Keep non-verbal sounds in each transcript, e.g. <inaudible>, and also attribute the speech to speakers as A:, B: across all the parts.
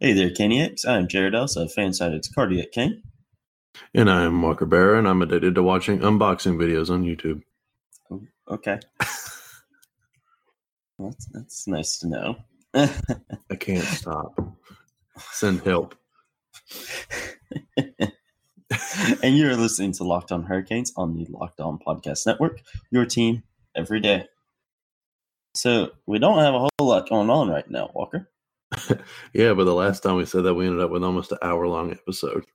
A: Hey there, Caniacs. I'm Jared Elsa, Fansided's Cardiac King.
B: And I'm Walker Barra, and I'm addicted to watching unboxing videos on YouTube.
A: Okay. Well, that's, that's nice to know. <laughs>
B: I can't stop. Send help.
A: and you're listening to Locked On Hurricanes on the Locked On Podcast Network, your team every day. So we don't have a whole lot going on right now, Walker.
B: Yeah, but the last time we said that, we ended up with almost an hour long episode.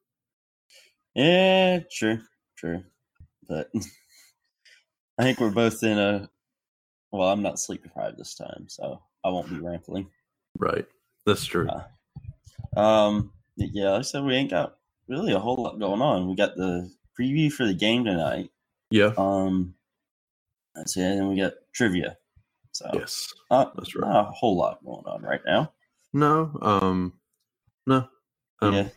A: Yeah, true, true. But <laughs> I think we're both in a. Well, I'm not sleep deprived this time, so I won't be rambling.
B: Right. That's true.
A: Uh, Um, yeah, like I said, we ain't got really a whole lot going on. We got the preview for the game tonight.
B: yeah.
A: Um, that's it. And then we got trivia. So
B: yes.
A: uh,
B: That's right.
A: not a whole lot going on right now.
B: No. Um. No. Um, <laughs>
A: yeah.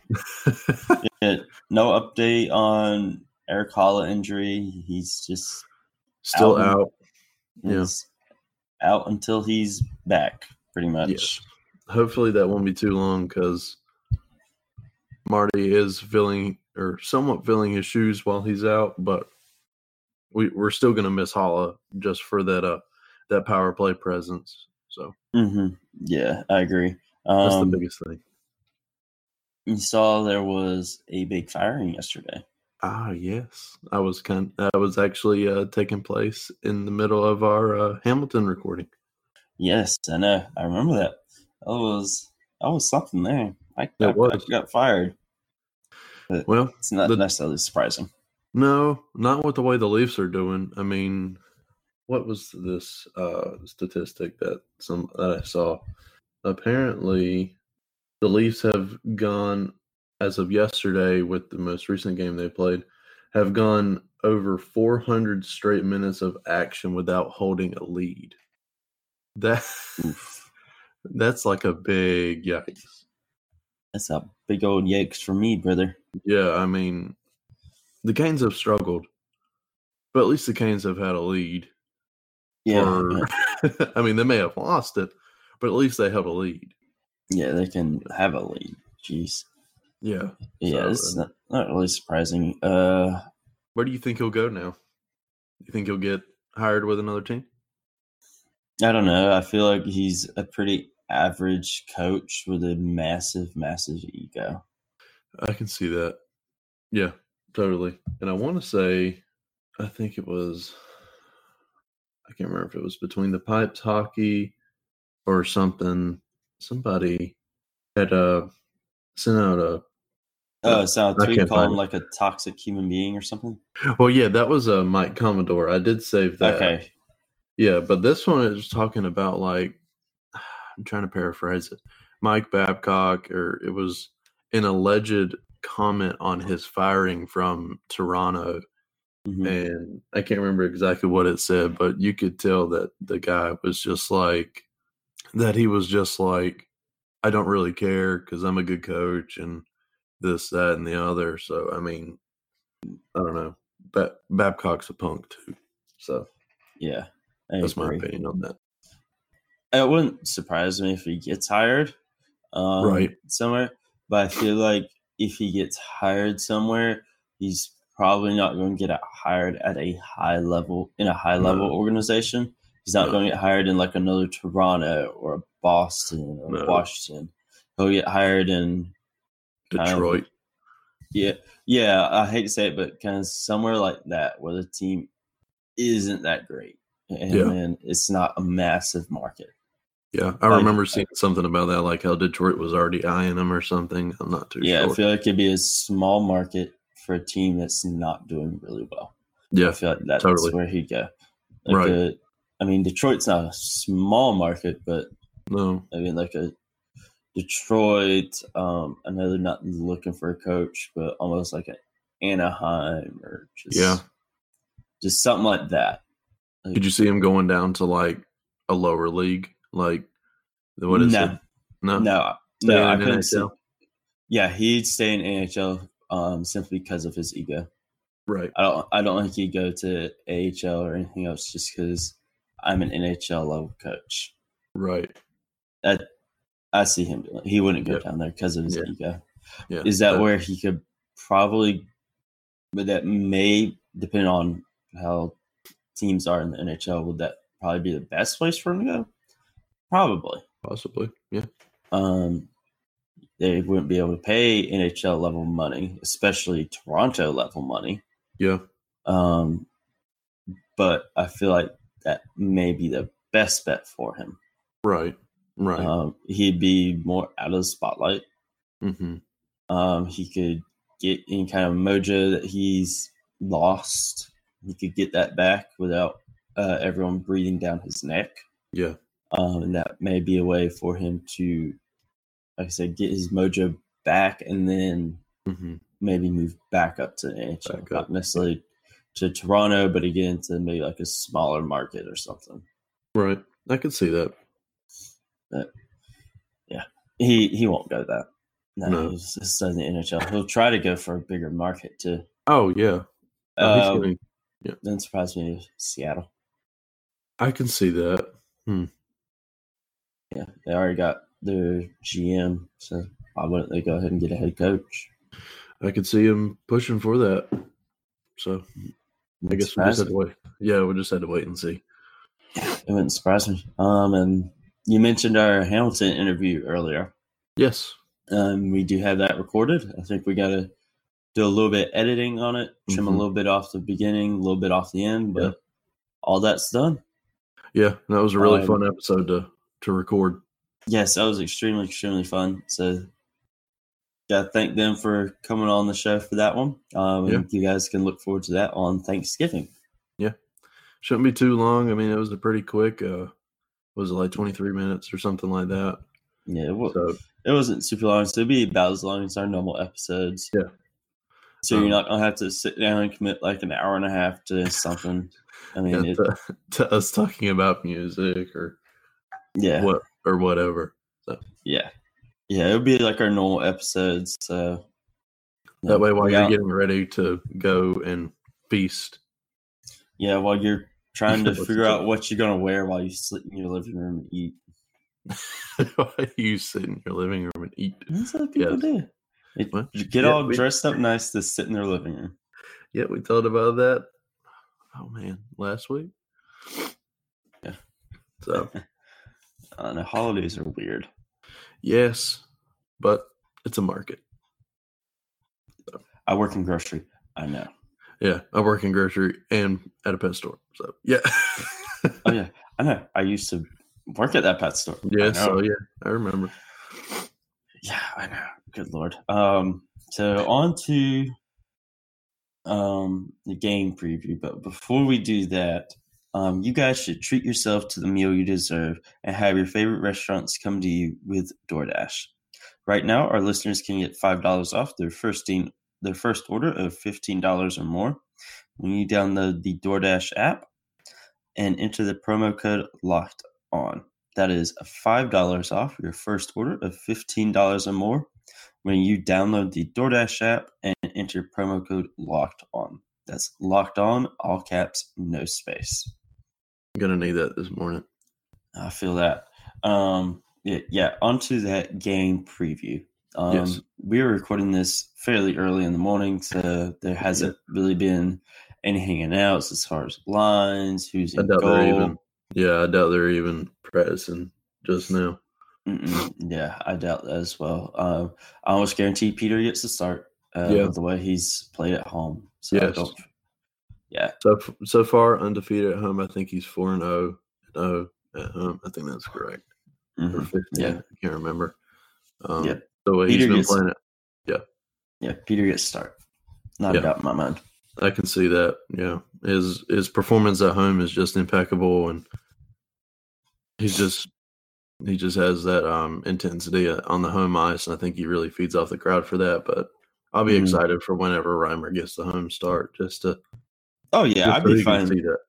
A: yeah. No update on Eric Holla injury. He's just
B: Still
A: Album.
B: out. Yeah.
A: he's out until he's back, pretty much.
B: Yes. Hopefully that won't be too long because Marty is filling or somewhat filling his shoes while he's out, but we we're still gonna miss Holla just for that uh that power play presence. So
A: hmm Yeah, I agree.
B: that's
A: Um,
B: the biggest thing.
A: you saw there was a big firing yesterday.
B: Ah, yes. I was kind that was actually uh taking place in the middle of our uh Hamilton recording.
A: Yes, I know. I remember that. That was that was something there. I, I,
B: It was.
A: I got fired.
B: Well,
A: It's not
B: The-
A: necessarily surprising.
B: no, not with the way the Leafs are doing. I mean, what was this uh statistic that some that I saw? Apparently, the Leafs have gone as of yesterday with the most recent game they played, have gone over 400 straight minutes of action without holding a lead. That
A: Oof.
B: that's like a big yikes.
A: That's a big old yikes for me, brother.
B: Yeah, I mean, the Canes have struggled, but at least the Canes have had a lead.
A: Yeah,
B: or-
A: yeah.
B: <laughs> I mean, they may have lost it, but at least they held a lead.
A: yeah, they can have a lead. Jeez,
B: Yeah.
A: yeah,
B: So,
A: this is
B: uh,
A: not, not really surprising. Uh,
B: Where do you think he'll go now? You think he'll get hired with another team?
A: I don't know. I feel like he's a pretty average coach with a massive, massive ego.
B: I can see that. Yeah, totally. And I want to say, I think it was, I can't remember if it was between the pipes hockey or something. Somebody had uh, sent out a
A: Oh, so I
B: I
A: tweet
B: can't
A: call
B: find
A: him
B: it.
A: like a toxic human being or something.
B: Well, yeah, that was uh, Mike Commodore. I did save that.
A: Okay,
B: Yeah, but this one is talking about like <sighs> I'm trying to paraphrase it. Mike Babcock, or it was an alleged comment on his firing from Toronto,
A: Mhm.
B: and I can't remember exactly what it said, but you could tell that the guy was just like that. He was just like, I don't really care because I'm a good coach and this, that, and the other. So I mean, I don't know. Ba- Babcock's a punk too, so
A: yeah, I
B: that's my
A: agree.
B: opinion on that.
A: It wouldn't surprise me if he gets hired, um,
B: Right.
A: Somewhere, but I feel like if he gets hired somewhere, he's probably not going to get hired at a high level in a high level
B: No.
A: organization. He's not
B: No.
A: going to get hired in like another Toronto or a Boston or
B: No.
A: Washington. He'll get hired in kind of-
B: Detroit.
A: yeah, yeah. I hate to say it, but kind of somewhere like that where the team isn't that great, and
B: Yeah.
A: then it's not a massive market.
B: Yeah, I
A: Like-
B: remember seeing something about that, like how Detroit was already eyeing him or something. I'm not too
A: Yeah, I
B: sure.
A: feel like it'd be a small market for a team that's not doing really well. I
B: yeah,
A: feel like that's
B: totally.
A: where he'd go. Like
B: Right.
A: a- I mean, Detroit's not a small market, but
B: no,
A: I mean, like a Detroit. Um, I know they're not looking for a coach, but almost like an Anaheim or just
B: Yeah.
A: just something like that. Like,
B: could you see him going down to like a lower league? Like, what is
A: No.
B: it? No,
A: No,
B: Stay
A: no, I
B: in
A: couldn't. See,
B: NHL?
A: yeah, he'd stay in NHL um, simply because of his ego.
B: right?
A: I don't. I don't think he'd go to AHL or anything else just because I'm an NHL level coach.
B: Right.
A: I see him doing. It. He wouldn't go
B: Yeah.
A: down there because of his
B: Yeah.
A: ego.
B: Yeah.
A: Is that where he could probably? But that may depend on how teams are in the NHL. Would that probably be the best place for him to go? Probably.
B: possibly? Yeah.
A: um, they wouldn't be able to pay NHL level money, especially Toronto level money.
B: Yeah.
A: Um, but I feel like that may be the best bet for him.
B: Right. Right.
A: Um, he'd be more out of the spotlight.
B: mm-hmm.
A: Um, he could get any kind of mojo that he's lost. He could get that back without uh, everyone breathing down his neck.
B: Yeah.
A: um, and that may be a way for him to, like I said, get his mojo back and then
B: Mm-hmm.
A: maybe move back up to the NHL,
B: Back up.
A: not necessarily to Toronto, but again to maybe like a smaller market or something.
B: Right. I could see that.
A: He he won't go that. No,
B: No.
A: he's- this doesn't the NHL. He'll try to go for a bigger market too.
B: Oh yeah. Oh, he's
A: Uh,
B: gonna-
A: doesn't surprise me if Seattle.
B: I can see that.
A: Yeah, they already got their GM, so why wouldn't they go ahead and get a head coach?
B: I could see him pushing for that. So I guess we
A: Surprise
B: just had to wait. Yeah, we just had to wait and see.
A: It wouldn't surprise me. Um, and you mentioned our Hamilton interview earlier.
B: Yes.
A: Um, we do have that recorded. I think we got to do a little bit of editing on it, trim a
B: Mhm.
A: little bit off the beginning, a little bit off the end, but
B: Yeah.
A: all that's done.
B: Yeah, that was a really
A: Um,
B: fun episode to to record.
A: Yes, that was extremely, extremely fun. So, got to thank them for coming on the show for that one. Um, and You guys can look forward to that on Thanksgiving.
B: Shouldn't be too long. I mean, it was a pretty quick. Uh, was it like twenty three minutes or something like that?
A: Yeah, it, wa-
B: So
A: it wasn't super long, so it'd be about as long as our normal episodes.
B: Yeah.
A: So
B: Um,
A: you're not gonna have to sit down and commit like an hour and a half to something. I mean,
B: <laughs> yeah,
A: it,
B: to, to us talking about music or
A: yeah,
B: what or whatever.
A: yeah, yeah. It would be like our normal episodes. So
B: That way, while
A: yeah,
B: you're getting ready to go and feast, <laughs>
A: yeah, while you're trying to
B: What's
A: figure
B: the-
A: out what you're gonna wear while you sit in your living room and eat.
B: while you sit in your living room and eat.
A: That's what people
B: Yes.
A: do. They
B: What?
A: get
B: Yeah,
A: all
B: we-
A: dressed up nice to sit in their living room.
B: Yeah, we talked about that. Oh man, last week.
A: Yeah.
B: So
A: <laughs> I don't know. Holidays are weird.
B: yes, but it's a market.
A: I work in grocery. I know.
B: Yeah, I work in grocery and at a pet store. So yeah, <laughs>
A: Oh yeah, I know. I used to work at that pet store. I
B: yeah.
A: know.
B: So yeah, I remember.
A: Yeah, I know. Good lord. Um, so on to um the game preview, but before we do that, um, you guys should treat yourself to the meal you deserve and have your favorite restaurants come to you with DoorDash. Right now, our listeners can get five dollars off their first in, their first order of fifteen dollars or more when you download the DoorDash app and enter the promo code Locked On. That is $5 off your first order of $15 or more when you download the DoorDash app and enter promo code locked on. That's locked on, all caps, no space.
B: I'm gonna need that this morning.
A: I feel that. Um, yeah, yeah, onto that game preview. Um,
B: Yes.
A: We were recording this fairly early in the morning, so there hasn't really been anything announced as far as lines, who's
B: I
A: in
B: doubt they're
A: goal.
B: even. Yeah, I doubt they're even practicing just now.
A: Mm-mm. Yeah, I doubt that as well. Um, I almost guarantee Peter gets the start. Uh,
B: Yeah.
A: the way he's played at home. So I
B: Yes.
A: don't,
B: So f- so far undefeated at home. I think he's four and zero and zero at home. I think that's correct. Or
A: Mhm.
B: fifteen.
A: Yeah.
B: I can't remember. Um,
A: Yeah.
B: The way he's
A: Peter
B: been
A: gets-
B: playing it,
A: yeah, Peter gets the start. Not
B: Yeah.
A: a doubt in my mind.
B: I can see that. Yeah, his his performance at home is just impeccable, and he's just he just has that um intensity on the home ice, and I think he really feeds off the crowd for that. But I'll be
A: Mhm.
B: excited for whenever Reimer gets the home start, just to
A: Oh yeah,
B: just
A: I'd
B: so
A: be
B: he can
A: fine.
B: see that.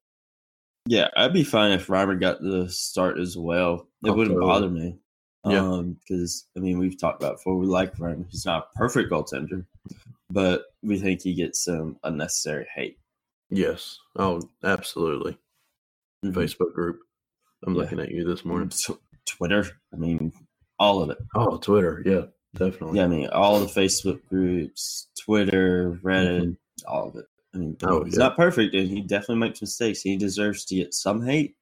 A: Yeah, I'd be fine if Reimer got the start as well. It
B: Oh,
A: wouldn't
B: totally.
A: bother me.
B: Yeah.
A: because I mean we've talked about it before. We like Reimer. He's not a perfect goaltender, but we think he gets some unnecessary hate.
B: Yes. Oh, absolutely.
A: Mhm.
B: Facebook group. I'm
A: Yeah.
B: Mm-hmm. looking at you this morning.
A: Tw- Twitter. I mean, all of it.
B: Oh, Twitter. Yeah, definitely.
A: Oh, Yeah, I mean, all the Facebook groups, Twitter, Reddit, all of it. I mean,
B: Mm-hmm. Oh,
A: he's
B: yeah.
A: not perfect, and he definitely makes mistakes. He deserves to get some hate,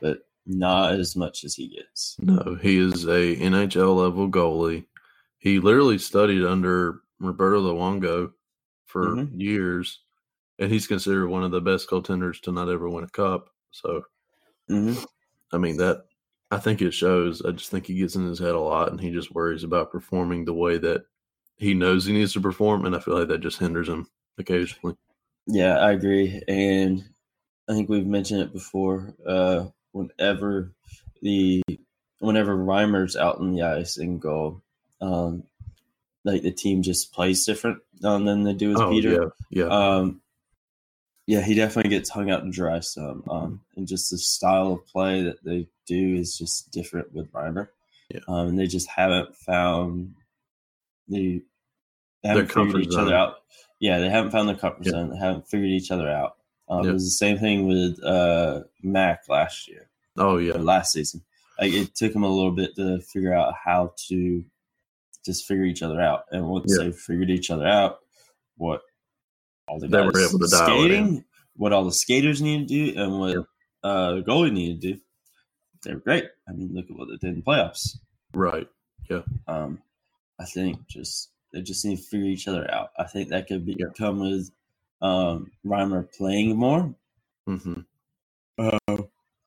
A: but not as much as he gets.
B: No, he is a NHL level goalie. He literally studied under Roberto Luongo for
A: Mhm.
B: years, and he's considered one of the best goaltenders to not ever win a cup. So, Mm-hmm.
A: hmm
B: I mean, that I think it shows. I just think he gets in his head a lot, and he just worries about performing the way that he knows he needs to perform, and I feel like that just hinders him occasionally.
A: Yeah, I agree, and I think we've mentioned it before. Uh, whenever the whenever Reimer's out on the ice in goal, um, like the team just plays different um, than they do with
B: Oh,
A: Peter.
B: yeah, yeah.
A: Um, yeah, he definitely gets hung out to dry some. Um, and just the style of play that they do is just different with Reimer.
B: Yeah.
A: Um, and they just haven't found the they
B: Their
A: haven't figured
B: comfort
A: each
B: zone.
A: other out. Yeah, they haven't found their comfort
B: Yeah.
A: zone. They haven't figured each other out. Um,
B: Yeah.
A: It was the same thing with uh, Mac last year
B: oh,
A: or
B: yeah.
A: last season. Like it took them a little bit to figure out how to just figure each other out. And once
B: Yeah.
A: they figured each other out, what all the
B: They were
A: guys
B: able to dial it in.
A: skating, what all the skaters need to do, and what uh, the goalie needed to do, they were great. I mean, look at what they did in the playoffs.
B: Right.
A: Um, I think just they just need to figure each other out. I think that could be,
B: Yeah.
A: come with um, Reimer playing more.
B: hmm
A: Uh,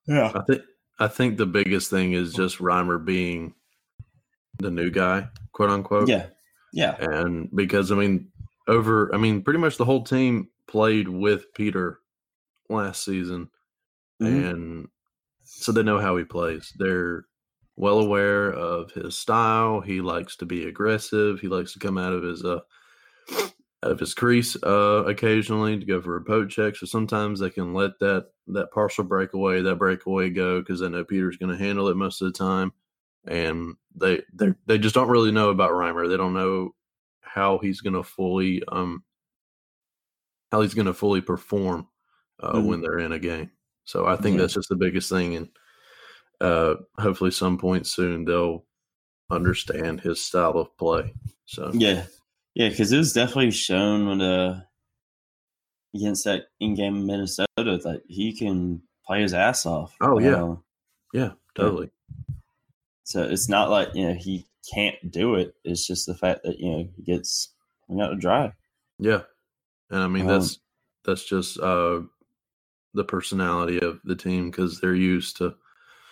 A: yeah,
B: I think I think the biggest thing is just Reimer being the new guy, quote unquote.
A: yeah, yeah.
B: And because I mean, over I mean, pretty much the whole team played with Peter last season,
A: Mhm.
B: and so they know how he plays. They're well aware of his style. He likes to be aggressive. He likes to come out of his uh out of his crease uh occasionally to go for a poke check. So sometimes they can let that that partial breakaway, that breakaway go because they know Peter's going to handle it most of the time, and they they they just don't really know about Reimer. They don't know how he's going to fully um how he's going to fully perform uh,
A: Mhm.
B: when they're in a game. So I think
A: Yeah.
B: that's just the biggest thing, and uh, hopefully, some point soon they'll understand his style of play. So
A: Yeah, yeah, because it was definitely shown when uh against that in-game Minnesota that he can play his ass off.
B: Oh, yeah.
A: Um,
B: yeah, totally.
A: so it's not like you know he can't do it. It's just the fact that you know he gets hung out to dry.
B: Yeah, and I mean
A: Um,
B: that's that's just uh, the personality of the team because they're used to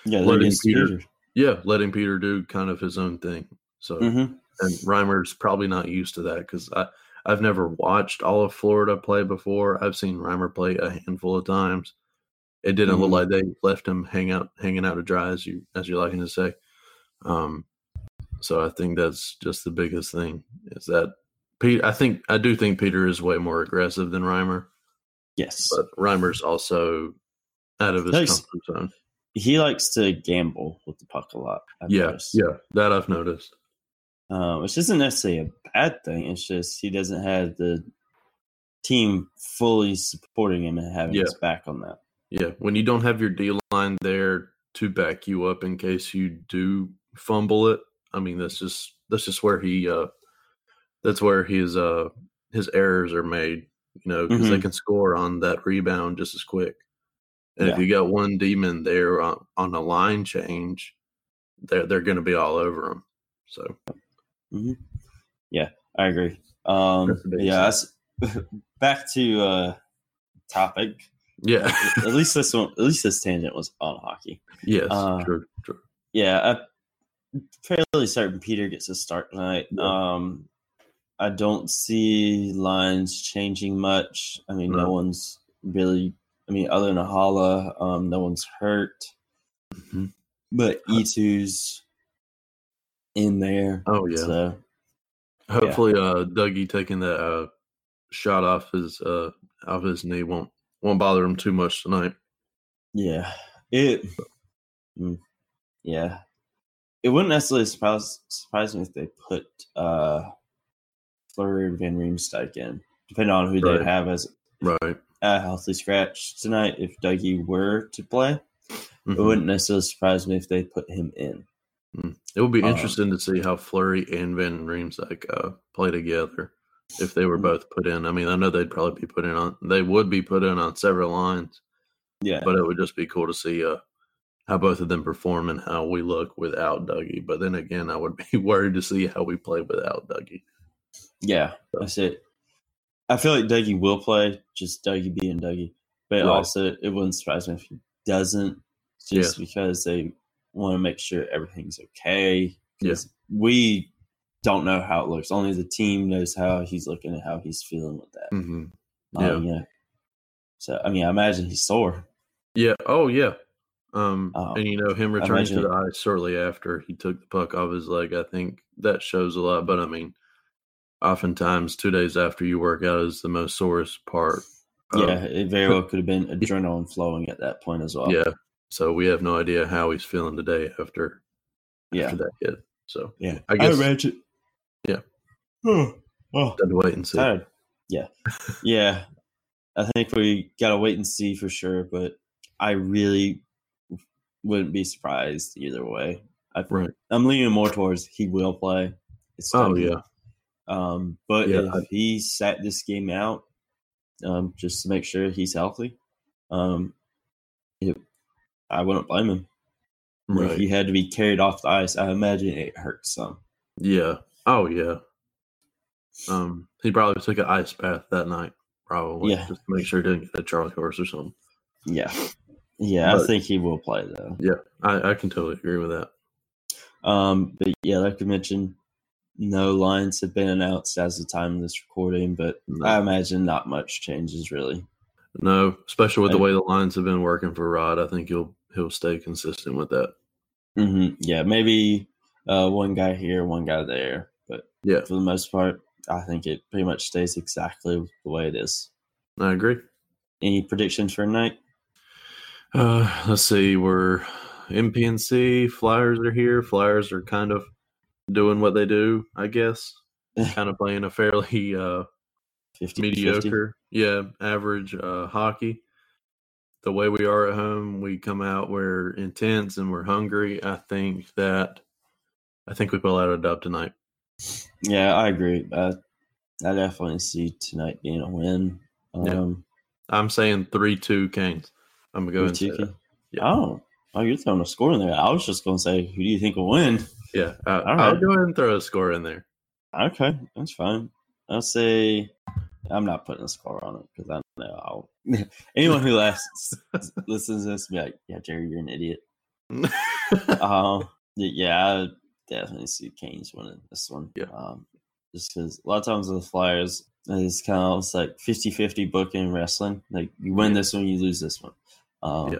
A: Yeah, they
B: Loading
A: get
B: Peter.
A: scared.
B: yeah letting Peter do kind of his own thing. So
A: Mhm.
B: and Reimer's probably not used to that because I I've never watched all of Florida play before. I've seen Reimer play a handful of times. It didn't
A: Mhm.
B: look like they left him hang out hanging out to dry as you as you're liking to say. Um, so I think that's just the biggest thing is that Pete. I think I do think Peter is way more aggressive than Reimer,
A: Yes,
B: but Reimer's also out of his
A: Nice.
B: comfort zone.
A: he likes to gamble with the puck a lot. I've
B: Yeah,
A: noticed.
B: yeah, that I've noticed.
A: uh, which isn't necessarily a bad thing. It's just he doesn't have the team fully supporting him and having
B: Yeah.
A: his back on that.
B: Yeah, when you don't have your D line there to back you up in case you do fumble it, I mean that's just that's just where he uh that's where his uh his errors are made, you know, because
A: Mm-hmm.
B: they can score on that rebound just as quick. And if
A: Yeah.
B: you got one demon there on, on a line change, they're they're going to be all over him. So
A: I agree. Um,
B: That's the biggest
A: yeah, that's, <laughs> back to uh, topic.
B: yeah, <laughs>
A: at least this one, at least this tangent was on hockey.
B: yes,
A: Uh,
B: sure, sure.
A: Yeah, I'm fairly certain Peter gets a start tonight.
B: Yeah.
A: Um, I don't see lines changing much. I mean, no,
B: No.
A: one's really. I mean, other than Hala, um, no one's hurt. mm-hmm.
B: Mhm.
A: But E2's in there.
B: Oh yeah.
A: So
B: Hopefully, uh, Dougie taking that uh, shot off his uh, off his knee won't won't bother him too much tonight.
A: Yeah. It. Mm. Yeah. It wouldn't necessarily surprise surprise me if they put uh Flurry and Van Riemsdyk in, depending on who
B: Right.
A: they have as
B: Right.
A: a healthy scratch tonight. If Dougie were to play, it
B: Mhm.
A: wouldn't necessarily surprise me if they put him in.
B: It would be
A: Uh,
B: interesting to see how Flurry and Van Riemsdyk uh, play together if they were both put in. I mean, I know they'd probably be put in on they would be put in on several lines,
A: Yeah.
B: but it would just be cool to see uh, how both of them perform and how we look without Dougie. But then again, I would <laughs> be worried to see how we play without Dougie.
A: Yeah, that's it. I feel like Dougie will play, just Dougie being Dougie. But
B: Right.
A: also, it wouldn't surprise me if he doesn't, just
B: Yeah.
A: because they want to make sure everything's okay. 'Cause we don't know how it looks. Only the team knows how he's looking and how he's feeling with that.
B: Mm-hmm. Yeah,
A: Um, yeah. So, I mean, I imagine he's sore.
B: yeah, oh yeah. Um,
A: Um,
B: and you know him returning to
A: imagine-
B: the ice shortly after he took the puck off his leg. I think that shows a lot. But I mean, oftentimes two days after you work out is the most sorest part. of-
A: yeah, it very
B: <laughs>
A: well could have been adrenaline flowing at that point as well.
B: yeah. So we have no idea how he's feeling today after
A: Yeah.
B: after that hit. So
A: Yeah.
B: I guess-
A: imagine.
B: Yeah.
A: Oh, <sighs> oh.
B: got to wait and see.
A: tired. Yeah. Yeah. I think we got to wait and see for sure, but I really wouldn't be surprised either way. I,
B: Right.
A: I'm leaning more towards he will play. It's
B: Oh
A: Dougie.
B: yeah.
A: Um, but
B: Yeah,
A: if
B: I-
A: he sat this game out um, just to make sure he's healthy, um, it, I wouldn't blame him. If
B: Right.
A: he had to be carried off the ice, I imagine it hurts some.
B: Yeah. Oh yeah. Um he probably took an ice bath that night, probably.
A: Yeah.
B: Just to make sure he didn't get a Charlie horse or something.
A: Yeah. Yeah, I
B: But-
A: think he will play, though.
B: I, I can totally agree with that.
A: Um, but yeah, like you mentioned, no lines have been announced as of the time of this recording, but
B: No.
A: I imagine not much changes really.
B: No, especially with the
A: I-
B: way the lines have been working for Rod, I think he'll he'll stay consistent with that.
A: hmm Yeah, maybe uh, one guy here, one guy there, but
B: Yeah.
A: for the most part, I think it pretty much stays exactly the way it is.
B: I agree.
A: Any predictions for tonight?
B: Uh, let's see. We're MPNC. Flyers are here. Flyers are kind of doing what they do, I guess. kind of playing a fairly uh,
A: 50
B: mediocre, yeah, average uh, hockey. The way we are at home, we come out. We're intense and we're hungry. I think that. I think we pull out a dub tonight.
A: Yeah, I agree. I, I definitely see tonight being a win.
B: Yeah.
A: Um,
B: I'm saying three-two Canes. I'm gonna go
A: with
B: and say
A: Tiki.
B: that. Yeah.
A: Oh, oh, you're throwing a score in there. I was just going to say, who do you think will win?
B: Yeah, I,
A: All
B: I'll
A: right.
B: go ahead and throw a score in there.
A: Okay, that's fine. I'll say I'm not putting a score on it because I know I'll, <laughs> anyone who lasts, listens to this will be like, "Yeah, Jerry, you're an
B: <laughs>
A: idiot." Um, y- yeah, I would definitely see Canes winning this one.
B: Yeah.
A: um, just because a lot of times with the Flyers, it's kind of it's like 50-50 booking and wrestling. Like you win this one, you lose this one. Um,
B: Yeah.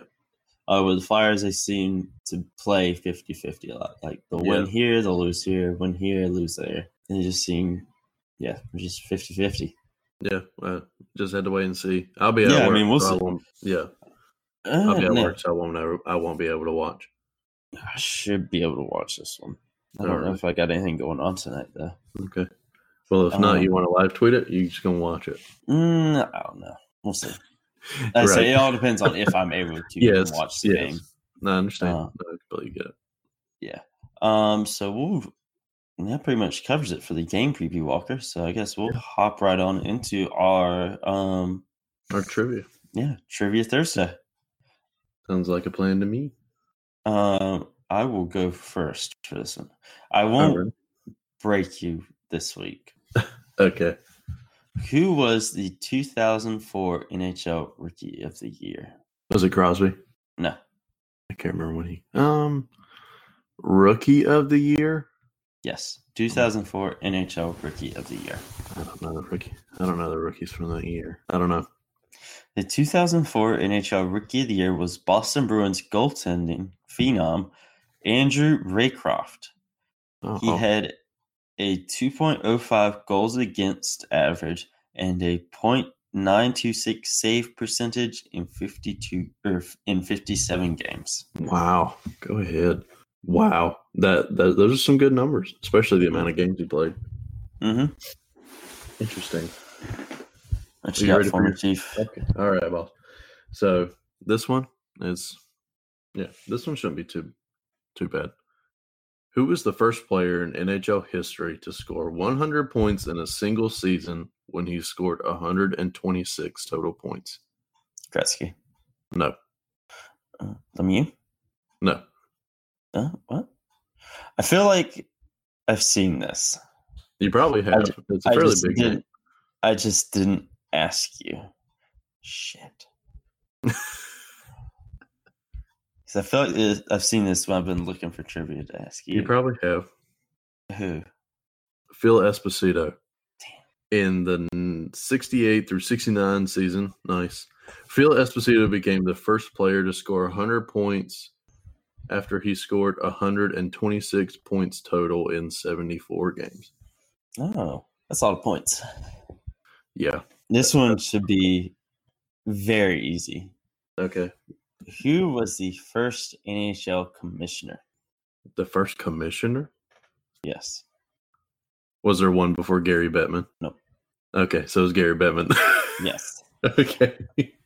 A: Uh, with the Flyers, they seem to play 50-50 a lot. Like they'll win
B: Yeah.
A: here, they'll lose here, win here, lose there. And it just seem, yeah, it's just 50-50.
B: yeah, uh, just had to wait and see. I'll be at
A: Yeah, I
B: work.
A: mean, we'll
B: so
A: see.
B: won't- yeah,
A: Uh,
B: I'll be at
A: no,
B: work, so I won't. Know, I won't be able to watch.
A: I should be able to watch this one. I don't
B: All
A: know
B: right.
A: if I got anything going on tonight though.
B: Okay. Well, if not,
A: Um,
B: you want to live tweet it? You just gonna watch it?
A: Mm, I don't know. We'll see. I say
B: Right.
A: it all depends on if I'm <laughs> able to
B: Yes,
A: watch the
B: yes.
A: game.
B: No, I understand.
A: Uh,
B: no, I completely get it.
A: Um, so we'll that pretty much covers it for the game preview, Walker. So I guess we'll hop right on into our um
B: Our trivia
A: yeah trivia Thursday.
B: sounds like a plan to me.
A: Um, I will go first for this one. I won't
B: Alright.
A: break you this week.
B: Okay.
A: Who was the 2004 NHL Rookie of the Year?
B: Was it Crosby?
A: No.
B: I can't remember when he. Um, rookie of the year.
A: Yes, 2004 NHL Rookie of the Year.
B: I don't know the rookie. I don't know the rookies from that year. I don't know.
A: The 2004 NHL Rookie of the Year was Boston Bruins goaltending phenom Andrew Raycroft.
B: Oh,
A: He had a 2.05 goals against average and a .926 save percentage in 52 or in 57 games.
B: Wow. Go ahead. Wow. That, that those are some good numbers, especially the amount of games he played.
A: Mm-hmm.
B: Interesting.
A: What
B: Are
A: you
B: you
A: got
B: ready
A: for
B: for
A: me,
B: your-
A: Chief?
B: Okay. All right, boss. So this one is yeah, this one shouldn't be too too bad. Who was the first player in NHL history to score 100 points in a single season when he scored 126 total points?
A: Gretzky.
B: No,
A: Uh, Lemieux?
B: no.
A: Uh, what? I feel like I've seen this.
B: You probably have. it's a
A: I
B: fairly
A: just
B: big
A: didn't-
B: name.
A: I just didn't ask you.
B: <laughs>
A: Shit. Because I feel like it- I've seen this when I've been looking for trivia to ask you.
B: You probably have.
A: Who?
B: Phil Esposito. In the 68 through 69 season, nice. Phil Esposito became the first player to score 100 points after he scored 126 points total in 74 games.
A: Oh, that's a lot of points.
B: Yeah.
A: This one should be very easy.
B: Okay.
A: Who was the first NHL commissioner?
B: The first commissioner?
A: Yes.
B: Was there one before Gary Bettman?
A: No.
B: Okay. So it was Gary Bettman. <laughs>
A: Yes.
B: okay.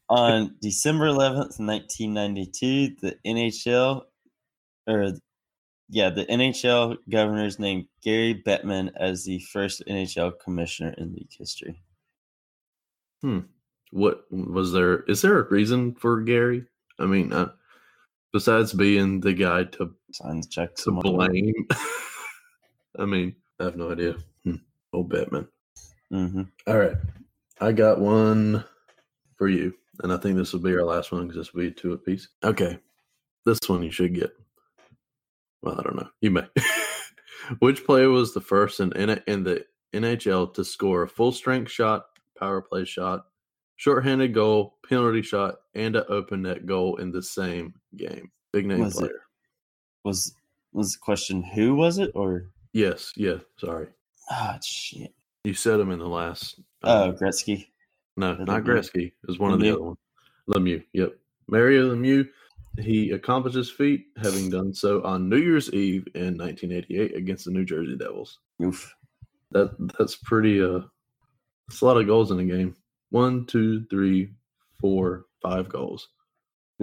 A: On December 11th, 1992, the NHL, or yeah, the NHL governors named Gary Bettman as the first NHL commissioner in league history.
B: what was there is there a reason for gary i mean uh, besides being the guy to
A: Signs check
B: to blame <laughs> i mean i have no idea hmm. oh batman
A: hmm
B: all right i got one for you and i think this will be our last one because this will be two apiece okay this one you should get well i don't know you may <laughs> which player was the first in, in in the nhl to score a full strength shot power play shot shorthanded goal penalty shot and an open net goal in the same game big name
A: Was it-
B: player
A: Was was the question who was it or
B: yes yeah sorry
A: ah shit?
B: You said him in the last.
A: Oh,
B: uh,
A: Gretzky.
B: no,
A: the
B: not
A: Lemieux.
B: Gretzky. It was one of the
A: Lemieux.
B: other ones. Lemieux. Yep. Mario Lemieux. He accomplished his feat, having done so on New Year's Eve in 1988 against the New Jersey Devils.
A: Oof.
B: That that's pretty. Uh, it's a lot of goals in a game. One, two, three, four, five goals.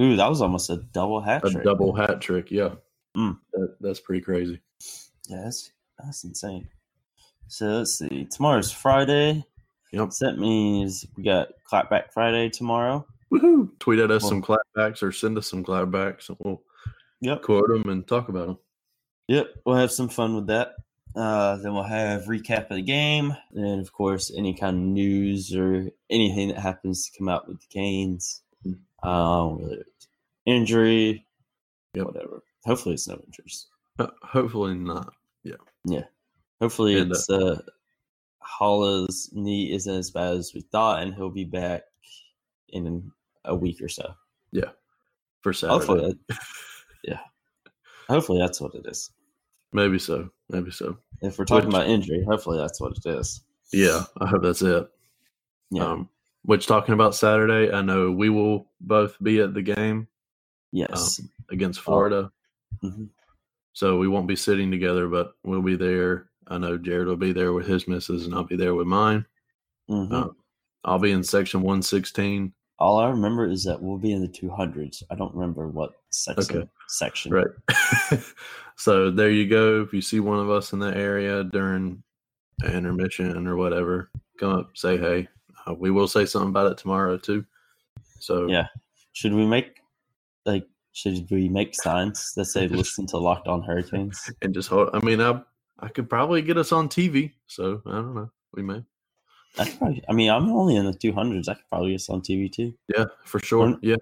A: Ooh, that was almost a double hat
B: A
A: trick.
B: double hat trick. Yeah.
A: Mm.
B: That, that's pretty crazy.
A: Yeah, that's, that's insane. So let's see. Tomorrow's Friday.
B: Yep.
A: So that means we got Clapback Friday tomorrow.
B: Woohoo! Tweet at us
A: Well-
B: some clapbacks or send us some clapbacks, and we'll
A: Yep.
B: quote them and talk about them.
A: Yep. We'll have some fun with that. Uh, then we'll have recap of the game, and of course, any kind of news or anything that happens to come out with the Canes, um, whether it's injury,
B: Hmm. Yep.
A: whatever. Hopefully, it's no injuries.
B: Uh, hopefully not.
A: Hopefully,
B: And, uh,
A: it's uh, Holla's knee isn't as bad as we thought, and he'll be back in a week or so.
B: for Saturday.
A: Hopefully, that- <laughs> yeah. Hopefully, that's what it is.
B: Maybe so. Maybe so.
A: If we're talking
B: Which-
A: about injury, hopefully that's what it is.
B: Yeah, I hope that's it.
A: Yeah.
B: Um, which talking about Saturday, I know we will both be at the game
A: yes.
B: Um, against Florida,
A: Mhm.
B: so we won't be sitting together, but we'll be there. I know Jared will be there with his missus, and I'll be there with mine.
A: Mhm.
B: uh, I'll be in section one sixteen. <laughs>
A: All I remember is that we'll be in the 200s. I don't remember what section.
B: Okay.
A: Section.
B: Right. so there you go. If you see one of us in the area during intermission or whatever, come up, say hey. Uh, we will say something about it tomorrow too. So
A: Yeah. Should we make like should we make signs that
B: <laughs>
A: say listen to Locked On Hurricanes?
B: and just hold. I mean, I I could probably get us on TV. So I don't know. We may.
A: I, could probably, I mean, I'm only in the 200s. I could probably get us on TV too.
B: Yeah, for sure.
A: Or-
B: Yeah.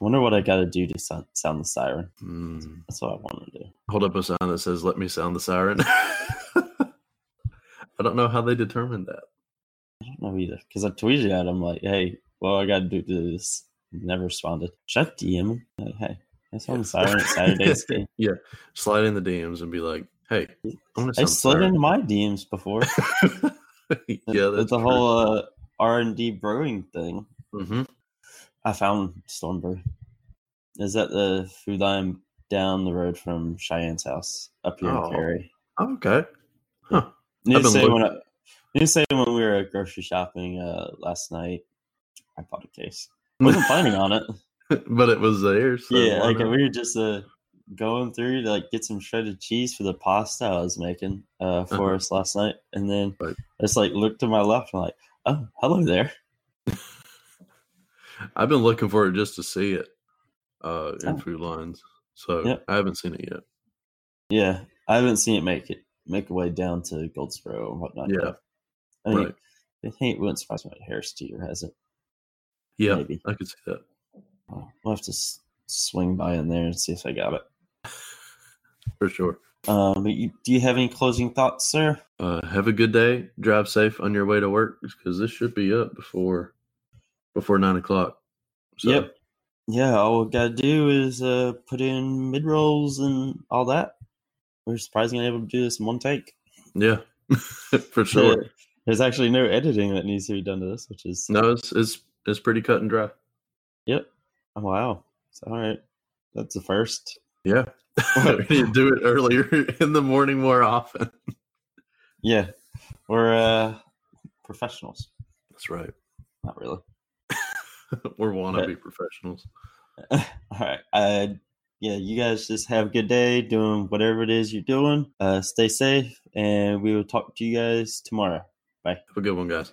A: wonder what I got to do to sound, sound the siren.
B: Mm.
A: That's what I want to do.
B: Hold up a sign that says "Let me sound the siren." <laughs> I don't know how they determined that.
A: I don't know either because I tweeted at him like, "Hey, well, I got to do do this." Never responded. Should I DM him? Like, hey, that's on the siren at
B: <laughs>
A: Saturday's game.
B: yeah, slide in the DMs and be like, "Hey, I'm gonna
A: I
B: sound the
A: slid
B: siren."
A: into
B: <laughs>
A: my DMs before.
B: yeah,
A: with
B: that's
A: the whole uh, R and D brewing thing.
B: hmm
A: I found Storm Brew. Is that the food line down the road from Cheyenne's house up here
B: Oh.
A: in Perry?
B: Okay. <laughs>
A: Need
B: I've
A: to
B: been
A: say when I need to say when we were grocery shopping uh, last night, I
B: <laughs>
A: bought a case. wasn't planning on it.
B: but it was there. So
A: yeah,
B: why
A: like
B: not?
A: we were just uh, going through to like get some shredded cheese for the pasta I was making uh, for
B: Uh-huh.
A: us last night, and then
B: Right.
A: I just like looked to my left and like, oh, hello there.
B: I've been looking for it just to see it uh, in
A: Oh.
B: Food Lines. So
A: Yep.
B: I haven't seen it yet.
A: Yeah, I haven't seen it make it make a way down to Goldsboro and whatnot.
B: Yeah.
A: but, I mean,
B: right.
A: I think it wouldn't surprise me if Harris Teeter has it.
B: Yeah.
A: maybe.
B: I could see that.
A: Oh, We'll have to s- swing by in there and see if I got it.
B: For sure.
A: Um, but you, do you have any closing thoughts, sir?
B: Uh, have a good day. Drive safe on your way to work because this should be up before before nine o'clock. So,
A: Yep. Yeah, all we gotta do is uh, put in mid rolls and all that. We're surprisingly able to do this in one take.
B: Yeah. <laughs> for sure.
A: There- There's actually no editing that needs to be done to this, which is
B: No, it's it's it's pretty cut and dry. <laughs>
A: yep. Oh, wow. It's all right. That's the first.
B: Yeah. we need to do it earlier <laughs> in the morning more often.
A: Yeah, we're uh, professionals.
B: That's right.
A: Not really.
B: <laughs> We're wannabe professionals.
A: All right. Uh, yeah, you guys just have a good day doing whatever it is you're doing. Uh, stay safe, and we will talk to you guys tomorrow.
B: Have a good one, guys.